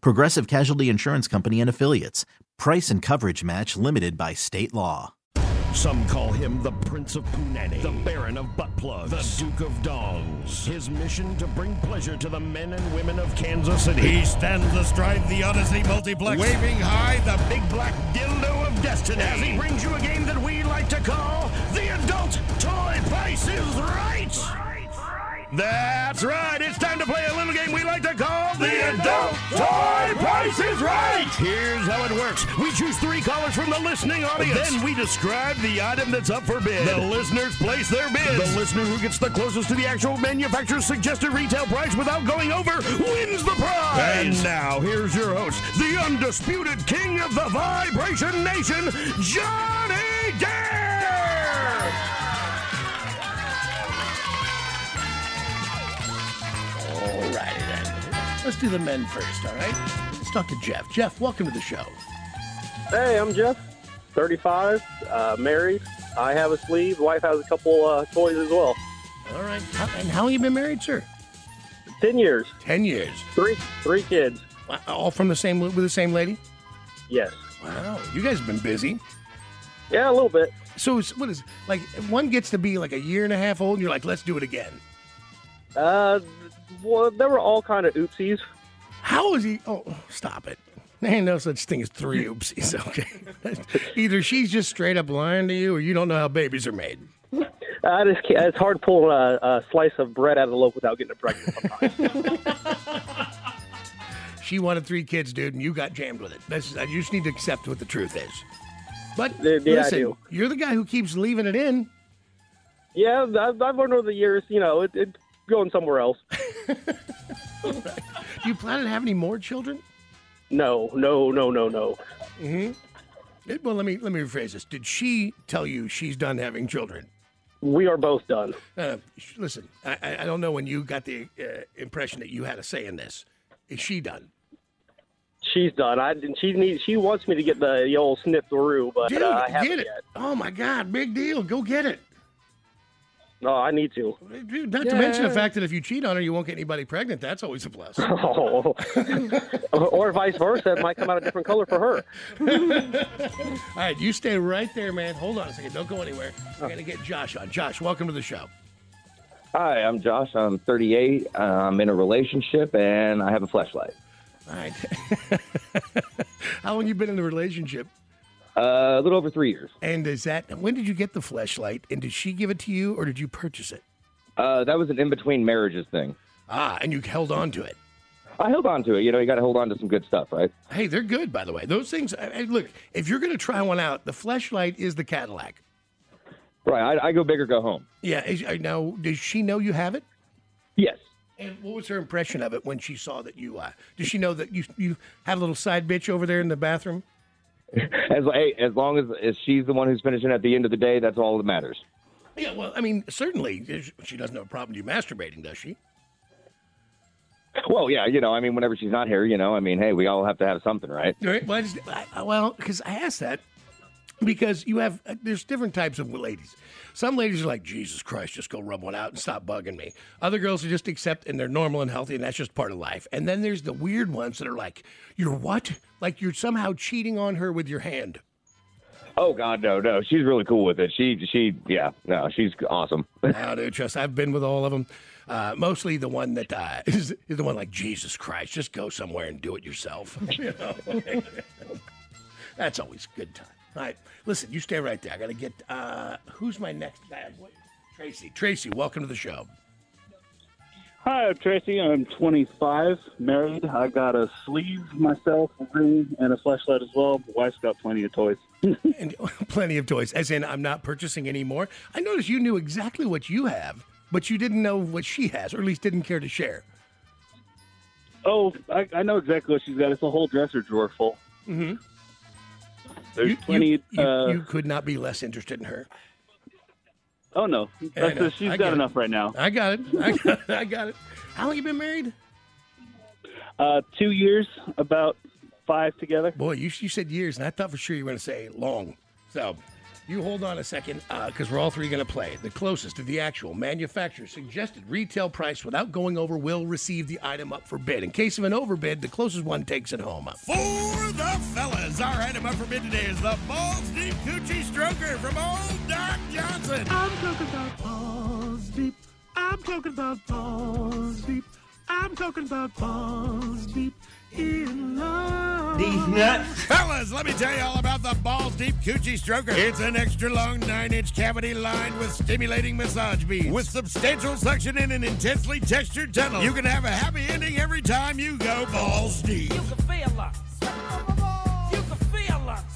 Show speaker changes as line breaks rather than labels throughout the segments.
Progressive Casualty Insurance Company and Affiliates. Price and coverage match limited by state law.
Some call him the Prince of Punani, the Baron of Butt Plugs, the Duke of Dongs. His mission to bring pleasure to the men and women of Kansas City.
He stands astride the Odyssey Multiplex,
waving high the big black dildo of destiny as he brings you a game that we like to call the Adult Toy Price is Right. That's right. It's time to play a little game we like to call the, Adult Toy Price is Right. Here's how it works. We choose three callers from the listening audience. Then we describe the item that's up for bid. The listeners place their bids. The listener who gets the closest to the actual manufacturer's suggested retail price without going over wins the prize. And now here's your host, the undisputed king of the Vibration Nation, Johnny Dare.
All righty then. Let's do the men first, all right? Let's talk to Jeff. Jeff, welcome to the show.
Hey, I'm Jeff, 35, uh, married. I have a sleeve. Wife has a couple uh, toys as well.
All right. How, and how long you been married, sir?
Ten years,
Ten years.
three three kids.
Wow, All from the same with the same lady.
Yes.
Wow, you guys have been busy.
Yeah, a little bit.
So it's, what is like one gets to be like a year and a half old, and you're like, let's do it again.
Uh, well, they were all kind of oopsies.
How is he? Oh, stop it. There ain't no such thing as three oopsies. Okay, either she's just straight up lying to you, or you don't know how babies are made.
I just can't, it's hard pulling a, a slice of bread out of the loaf without getting it pregnant. Sometimes.
She wanted three kids, dude, and you got jammed with it. That's I just need to accept what the truth is. But
Yeah, yeah, I
listen,
do.
you're the guy who keeps leaving it in.
yeah, I've, I've learned over the years. You know, it, it going somewhere else.
Do you plan on having any more children?
No, no, no, no, no.
Eh, Well, let me let me rephrase this. Did she tell you she's done having children?
We are both done.
Uh, sh- listen, I- I, I don't know when you got the uh, impression that you had a say in this. Is she done?
She's done. I and she needs. She wants me to get the, the old snip through, but
Dude,
uh, I haven't
get it.
yet.
Oh my God, big deal. Go get it.
No, I need to.
Dude, not to mention the fact that if you cheat on her, you won't get anybody pregnant. That's always a plus.
Oh. or vice versa, it might come out a different color for her.
All right, you stay right there, man. Hold on a second. Don't go anywhere. I'm going to get Josh on. Josh, welcome to the show.
Hi, I'm Josh. I'm 38. I'm in a relationship and I have a flashlight.
All right. How long you been in the relationship?
Uh, a little over three years.
And is that when did you get the flashlight? And did she give it to you or did you purchase it?
Uh, that was an in between marriages thing.
Ah, and you held on to it.
I held on to it. You know, you got to hold on to some good stuff, right?
Hey, they're good, by the way. Those things. I- I- look, if you're going to try one out, the flashlight is the Cadillac.
Right. I, I go big or go home.
Yeah. Is, uh, now, does she know you have it?
Yes.
And what was her impression of it when she saw that you? Uh, does she know that you you have a little side bitch over there in the bathroom?
As hey, as long as, as she's the one who's finishing at the end of the day, that's all that matters.
Yeah, well, I mean, certainly she doesn't have a problem with you masturbating, does she?
Well, yeah, you know, I mean, whenever she's not here, you know, I mean, hey, we all have to have something, right?
All right. Well, I just, I, I- well, because I asked that because you have uh, there's different types of ladies. Some ladies are like, Jesus Christ, just go rub one out and stop bugging me. Other girls are just accept and they're normal and healthy and that's just part of life. And then there's the weird ones that are like, you're what? Like you're somehow cheating on her with your hand.
Oh God, no, no, she's really cool with it. She, she, yeah, no, she's awesome.
Now, dude, trust. I've been with all of them. Uh, mostly the one that uh, is, is the one like Jesus Christ. Just go somewhere and do it yourself. You know? That's always a good time. All right, listen, you stay right there. I got to get. Uh, who's my next guy? What- Tracy. Tracy, welcome to the show.
Hi, I'm Tracy. I'm 25, married. I got a sleeve myself, a ring, and a flashlight as well. My wife's got plenty of toys.
And plenty of toys, as in I'm not purchasing any more. I noticed you knew exactly what you have, but you didn't know what she has, or at least didn't care to share.
Oh, I, I know exactly what she's got. It's a whole dresser drawer full.
Mm-hmm.
There's
you,
plenty.
You, you-
uh,
you could not be less interested in her.
oh no, That's
know.
just- she's
I get
got
it.
enough right now.
I got it. I got it. I got it. How long you been married?
Uh, two years, about five together.
Boy, you, you said years, and I thought for sure you were going to say long. So you hold on a second, because we're all three going to play. The closest to the actual manufacturer's suggested retail price without going over will receive the item up for bid. In case of an overbid, the closest one takes it home.
For the fellas, our item up for bid today is the Balls Deep Coochie Stroker from old Doc Johnson.
I'm talking about balls deep. I'm talking about balls deep. I'm talking about balls deep in love.
Fellas, let me tell you all about the Balls Deep Coochie Stroker. It's an extra long 9 inch cavity lined with stimulating massage beads. With substantial suction in an intensely textured tunnel, you can have a happy ending every time you go balls deep.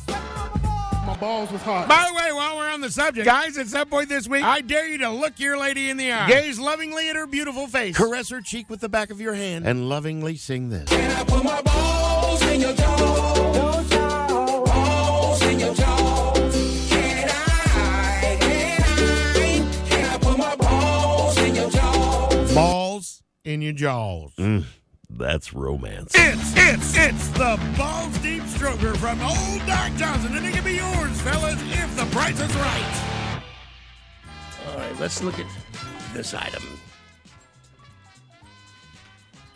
My balls was hot.
By the way, while we're on the subject, guys, at some point this week, I dare you to look your lady in the eye, gaze lovingly at her beautiful face, caress her cheek with the back of your hand, and lovingly sing this. Can I put my balls in your jaw? Balls in your jaw. Can I? Can I? Can I put my balls in your jaw? Balls in your jaws.
That's romance.
It's it's it's the balls deep stroker from old Doc Johnson, and it can be yours, fellas, if the price is right.
All right, let's look at this item.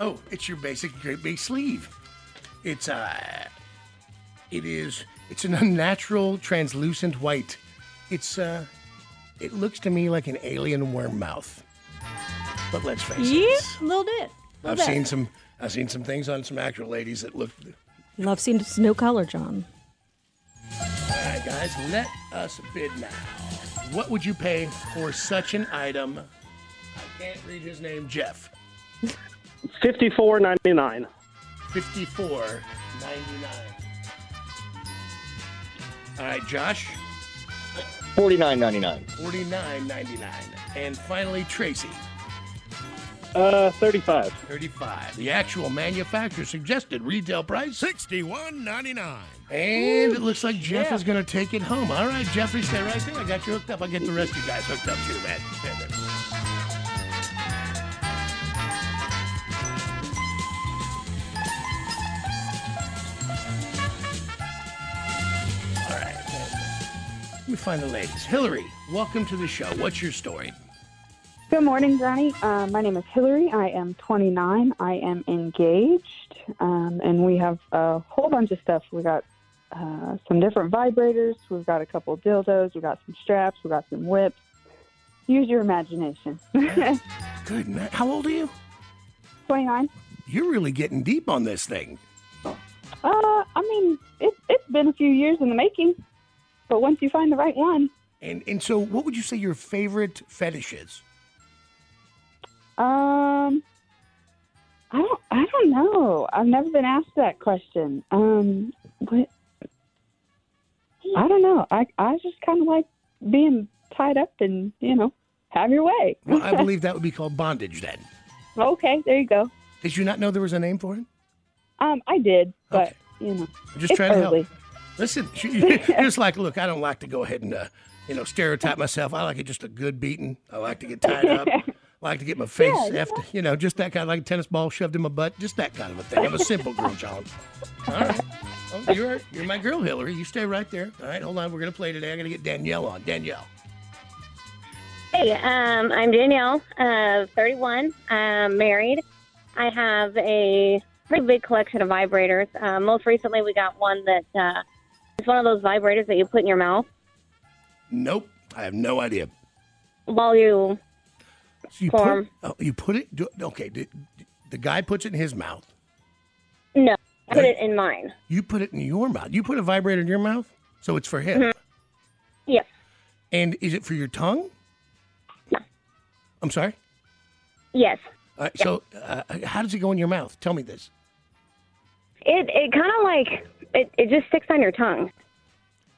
Oh, it's your basic great big sleeve. It's uh it is it's an unnatural translucent white. It's uh it looks to me like an alien worm mouth. But let's face
Yeah,
it.
little bit. Little
I've
bit.
seen some I've seen some things on some actual ladies that look
And I've seen it's no color, John.
Alright guys, let us bid now. What would you pay for such an item? I can't read his name, Jeff.
Fifty-four ninety-nine.
Fifty-four ninety-nine. All right, Josh,
Forty-nine ninety-nine.
forty-nine ninety-nine, and finally Tracy,
Uh, 35.
thirty-five. The actual manufacturer suggested retail price
sixty-one ninety-nine,
and it looks like Jeff is going to take it home. All right, Jeffrey, stay right there. I got you hooked up. I'll get the rest of you guys hooked up too, man. Stand there. All right, Let me find the ladies. Hillary, welcome to the show. What's your story?
Good morning, Johnny. Uh, my name is Hillary. I am 29. I am engaged, um, and we have a whole bunch of stuff. We got uh, some different vibrators. We've got a couple dildos. We got some straps. We got some whips. Use your imagination.
Good man. How old are you?
29.
You're really getting deep on this thing.
Uh, I mean, it, it's been a few years in the making, but once you find the right one,
And and so, what would you say your favorite fetish is?
um, I don't, I don't know. I've never been asked that question. Um, what? I don't know. I, I just kind of like being tied up and you know, have your way.
Well, I believe that would be called bondage then.
okay, there you go.
Did you not know there was a name for it?
Um, I did, but you know,
I'm just
it's
trying to
early.
help. Listen, she- you're just like, look, I don't like to go ahead and, uh, you know, stereotype myself. I like it just a good beating. I like to get tied up. I like to get my face
Yeah,
effed, you know, just that kind of like a tennis ball shoved in my butt, just that kind of a thing. I'm a simple girl, John. All right. Oh, you're, you're my girl, Hillary. You stay right there. All right, hold on. We're going to play today. I'm going to get Danielle on. Danielle.
Hey, um, I'm Danielle, uh, 31, um, married. I have a pretty big collection of vibrators. Uh, most recently, we got one that uh, it's one of those vibrators that you put in your mouth
Nope. I have no idea.
while you
So you
form.
put, oh, you put it, do, okay, did, the guy puts it in his mouth.
No, I put it in mine.
You put it in your mouth. You put a vibrator in your mouth, so it's for him.
Mhm. Yes.
And is it for your tongue? I'm sorry.
Yes.
All right, So, uh, how does it go in your mouth? Tell me this.
It it kind of like it, it just sticks on your tongue.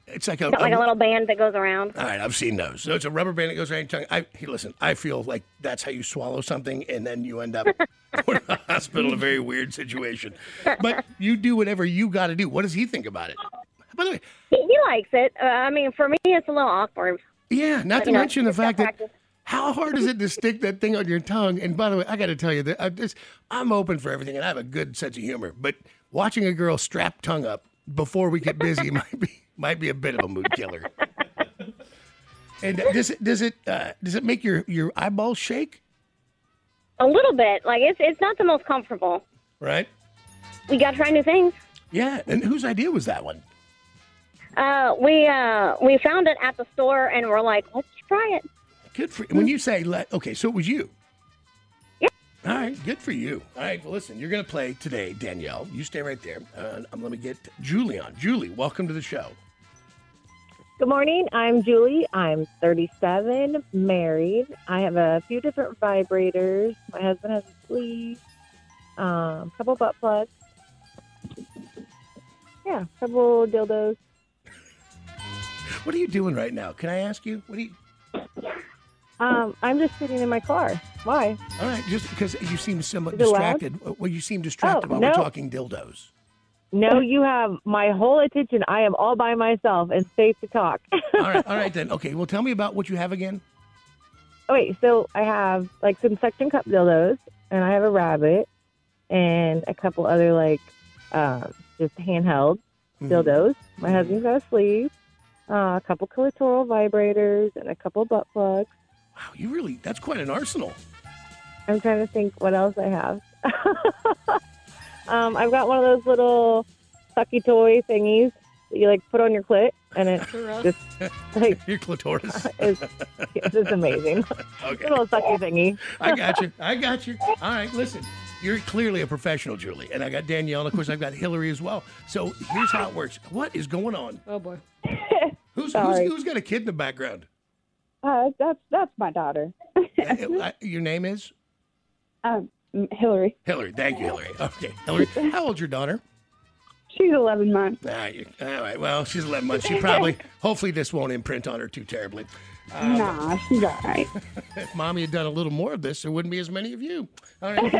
It's like
It's
a,
got like a little band that goes around.
All right, I've seen those. So it's a rubber band that goes around your tongue. I, hey, listen, I feel like that's how you swallow something, and then you end up in the hospital. A very weird situation. But you do whatever you got to do. What does he think about it? By the way,
He, he likes it. Uh, I mean, for me, it's a little awkward.
Yeah, not
But,
to
you know,
mention the
it's got
fact that
practice.
how hard is it to stick that thing on your tongue? And by the way, I got to tell you that I just, I'm open for everything, and I have a good sense of humor. But watching a girl strap tongue up before we get busy might be might be a bit of a mood killer. And does it does it uh, does it make your your eyeballs shake?
a little bit. Like it's it's not the most comfortable.
Right?
We got to try new things.
Yeah. And whose idea was that one?
Uh, we uh, we found it at the store, and we're like, let's try it.
Good for when you say let. Okay, so it was you. Yeah. All right. Good for you. All right. Well, listen, you're gonna play today, Danielle. You stay right there. Uh, I'm gonna get Julie on. Julie, welcome to the show.
Good morning. I'm Julie. I'm 37, married. I have a few different vibrators. My husband has a sleeve, um, couple butt plugs. Yeah, couple dildos.
What are you doing right now? Can I ask you? What are you?
Um, I'm just sitting in my car. Why?
All right. Just because you seem somewhat
Is it loud?
distracted. Well, you seem distracted
Oh,
while
no.
we're talking dildos.
No, you have my whole attention. I am all by myself and safe to talk.
All right. All right then. Okay. Well, tell me about what you have again.
Wait, so I have like some suction cup dildos, and I have a rabbit, and a couple other like um, just handheld
Mhm.
dildos. My husband's got a sleeve, uh, a couple clitoral vibrators, and a couple butt plugs.
Wow, you really. That's quite an arsenal.
I'm trying to think what else I have. um, I've got one of those little sucky toy thingies that you like put on your clit, and it just like
your clitoris.
is it's just amazing.
Okay.
little sucky thingy.
I got you. I got you. All right, listen. You're clearly a professional, Julie, and I got Danielle, and of course I've got Hillary as well. So here's how it works. What is going on?
Oh boy.
Who's who's,
Sorry.
who's got a kid in the background?
Uh, that's that's my daughter,
Uh, Your name is
um, Hillary.
Hillary. Thank you, Hillary. Okay, Hillary. How old's your daughter?
She's 11 months.
All right, you- all right. Well, she's 11 months. She probably. Hopefully, this won't imprint on her too terribly. Um,
nah, she's all right.
If mommy had done a little more of this, there wouldn't be as many of you. All right.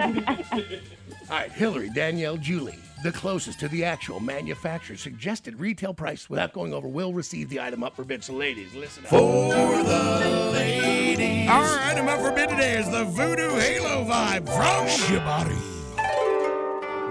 All right, Hillary, Danielle, Julie, the closest to the actual manufacturer suggested retail price without going over will receive the item up for bid. So, ladies, listen up. For the ladies. Our item up for bid today is the Voodoo Halo vibe from Shibari.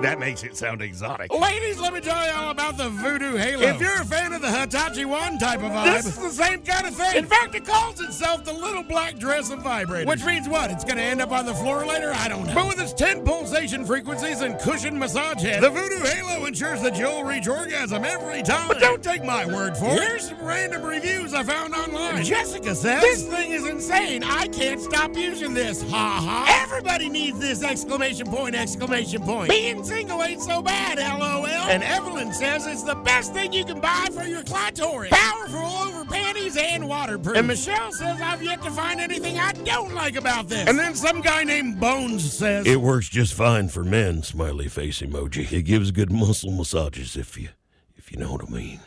That makes it sound exotic.
Ladies, let me tell you all about the Voodoo Halo.
If you're a fan of the Hitachi One type of vibe,
This is the same kind of thing.
In fact, it calls itself the little black dress of vibrators. Which means what? It's going to end up on the floor later? I don't know. But with its 10 pulsation frequencies and cushion massage head, the Voodoo Halo ensures that you'll reach orgasm every time. But don't take my word for it. Here's some random reviews I found online. Jessica says, This thing is insane. I can't stop using this. Ha ha. Everybody needs this! Exclamation point, exclamation point. Being single ain't so bad, lol. And Evelyn says it's the best thing you can buy for your clitoris. Powerful over panties and waterproof. And Michelle says I've yet to find anything I don't like about this. And then some guy named Bones says
It works just fine for men, smiley face emoji. It gives good muscle massages if you if you know what I mean.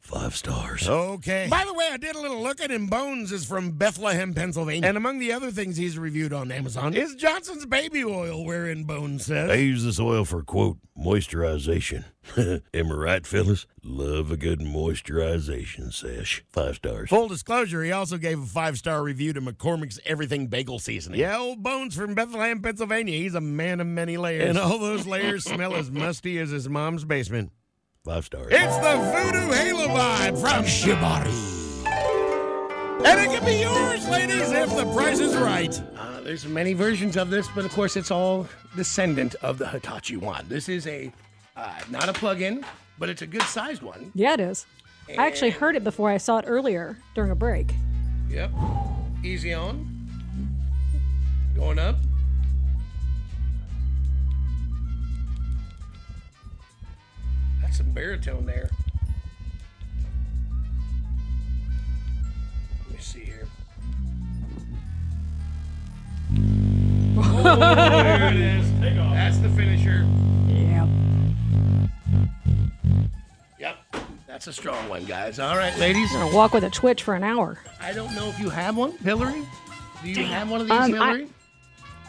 Five stars.
Okay. By the way, I did a little looking, and Bones is from Bethlehem, Pennsylvania. And among the other things he's reviewed on Amazon is Johnson's baby oil, wherein Bones says
I use this oil for quote moisturization. Am I right, fellas? Love a good moisturization sesh. Five stars.
Full disclosure, he also gave a five star review to McCormick's Everything Bagel Seasoning. Yeah, old Bones from Bethlehem, Pennsylvania. He's a man of many layers. And all those layers smell as musty as his mom's basement.
Five stars.
It's the Voodoo Halo vibe from Shibari. And it can be yours, ladies, if the price is right.
Uh, there's many versions of this, but of course, it's all descendant of the Hitachi one. This is a uh, not a plug-in, but it's a good sized one.
Yeah, it is. I actually heard it before I saw it earlier during a break.
Yep. Easy on. Going up. some baritone there. Let me see here. Oh, there it is. That's the finisher.
Yeah.
Yep. That's a strong one, guys. All right, ladies.
I'm gonna walk with a twitch for an hour.
I don't know if you have one, Hillary. Do you have one of these,
Um, I-
Hillary?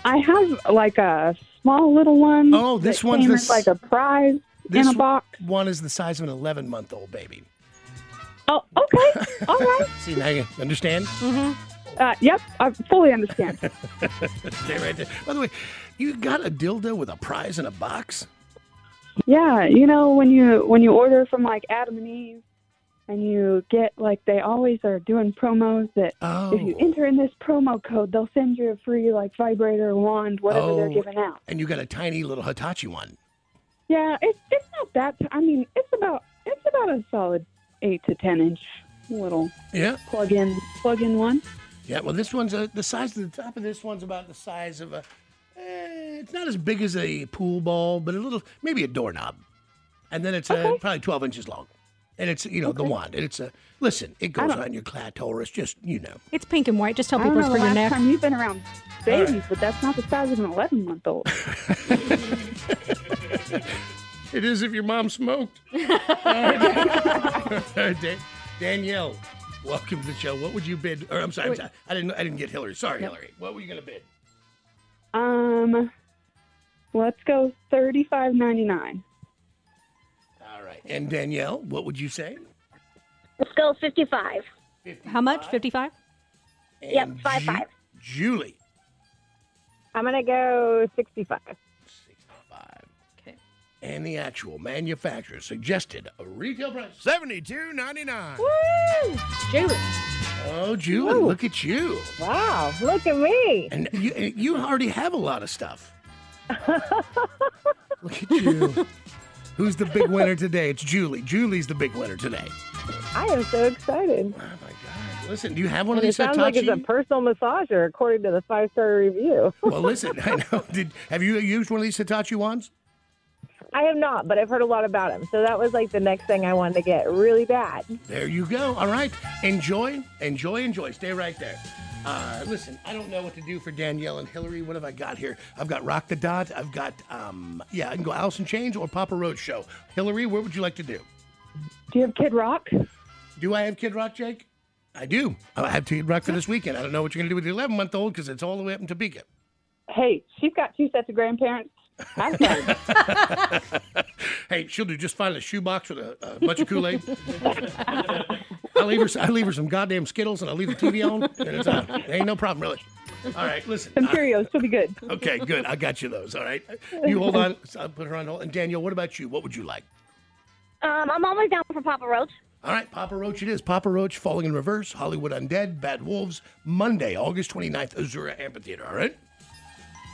I have like a small little one.
Oh, this
that
one's
came
the
as,
s-
like a prize
This
in a box.
one is the size of an 11 month old baby.
Oh, okay. All right.
See, now you understand?
Mm-hmm. Uh, yep, I fully understand.
Stay right there. By the way, you got a dildo with a prize in a box?
yeah, you know when you when you order from like Adam and Eve, and you get like they always are doing promos that if
Oh.
you enter in this promo code, they'll send you a free like vibrator, wand, whatever they're
Oh.
giving out.
And you got a tiny little Hitachi one.
Yeah, it's it's not that. I mean, it's about it's about a solid eight to ten inch little
Yeah.
plug in plug in one.
Yeah, well, this one's uh the size of the top of this one's about the size of a. eh, it's not as big as a pool ball, but a little, maybe a doorknob. And then it's uh, probably 12 inches long. And it's, you know, the wand. And it's a, listen, it goes on your clitoris, just, you know.
It's pink and white. Just tell
I don't
people it's
know
for
the
your neck.
last time you've been around
All right.
babies, but that's not the size of an eleven month old.
It is if your mom smoked. Uh, Dan- Danielle, welcome to the show. What would you bid? Or I'm sorry, I'm
Wait.
sorry. I didn't. I didn't get Hillary. Sorry, Hillary. What were you gonna bid?
Um, let's go thirty five ninety nine.
All right. And Danielle, what would you say?
Let's go 55.
How much? Fifty-five.
Yep, five five.
Julie.
I'm gonna go 65.
And the actual manufacturer suggested a retail price seventy-two ninety-nine.
Woo! Julie.
Oh, Julie,
Woo.
look at you!
Wow, look at me.
And you, you already have a lot of stuff. look at you. Who's the big winner today? It's Julie. Julie's the big winner today.
I am so excited.
Oh, Listen, do you have one of
And it
these
sounds like
Hitachi?
it's a personal massager, according to the five star review.
well, listen, I know. Did have you used one of these Hitachi wands?
I have not, but I've heard a lot about them. So that was like the next thing I wanted to get really bad.
There you go. All right, enjoy, enjoy, enjoy. Stay right there. Uh, listen, I don't know what to do for Danielle and Hillary. What have I got here? I've got Rock the Dot. I've got um, yeah, I can go Alice in Chains or Papa Roach Show. Hillary, what would you like to do?
Do you have Kid Rock?
Do I have Kid Rock, Jake? I do. I have Kid Rock for this weekend. I don't know what you're going to do with the 11 month old because it's all the way up in Topeka.
Hey, she's got two sets of grandparents.
Hey, she'll do just fine in a shoebox with a, a bunch of Kool Aid. I leave her. I leave her some goddamn Skittles, and I leave the TV on, and it's on. Ain't no problem, really. All right, listen.
Some Cheerios, she'll be good.
Okay, good. I got you those. All right. You hold on. So I'll put her on hold. And Daniel, what about you? What would you like?
Um, I'm always down for Papa Roach.
All right, Papa Roach it is. Papa Roach, Falling in Reverse, Hollywood Undead, Bad Wolves, Monday, August 29th, Azura Amphitheater. All right?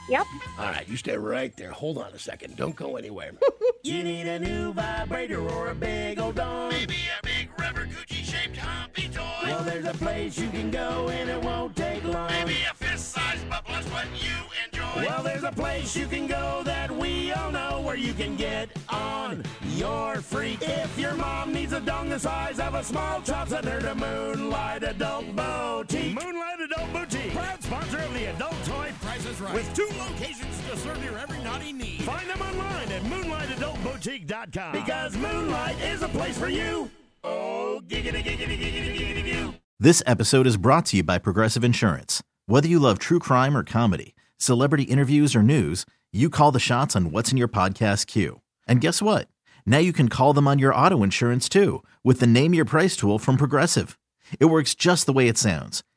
Yep.
All right, you stay right there. Hold on a second. Don't go anywhere. you need a new vibrator or a big old dong. Maybe a big rubber Gucci shaped humpy toy. Well, there's a place you can go and it won't take long. Maybe a fist sized bubble's what you enjoy. Well, there's a place you can go that we all know where you can get on your freak. If your mom needs a dong the size of a small chop, send her to Moonlight Adult Boutique.
Moonlight Adult Boutique, proud sponsor of the Adult Toy Prices Right, with two locations to serve your every naughty need. Find them online at moonlightadultboutique.com because Moonlight is a place for you. Oh, giggity, giggity, giggity, giggity, giggity.
This episode is brought to you by Progressive Insurance. Whether you love true crime or comedy, celebrity interviews or news, you call the shots on what's in your podcast queue. And guess what? Now you can call them on your auto insurance too with the Name Your Price tool from Progressive. It works just the way it sounds.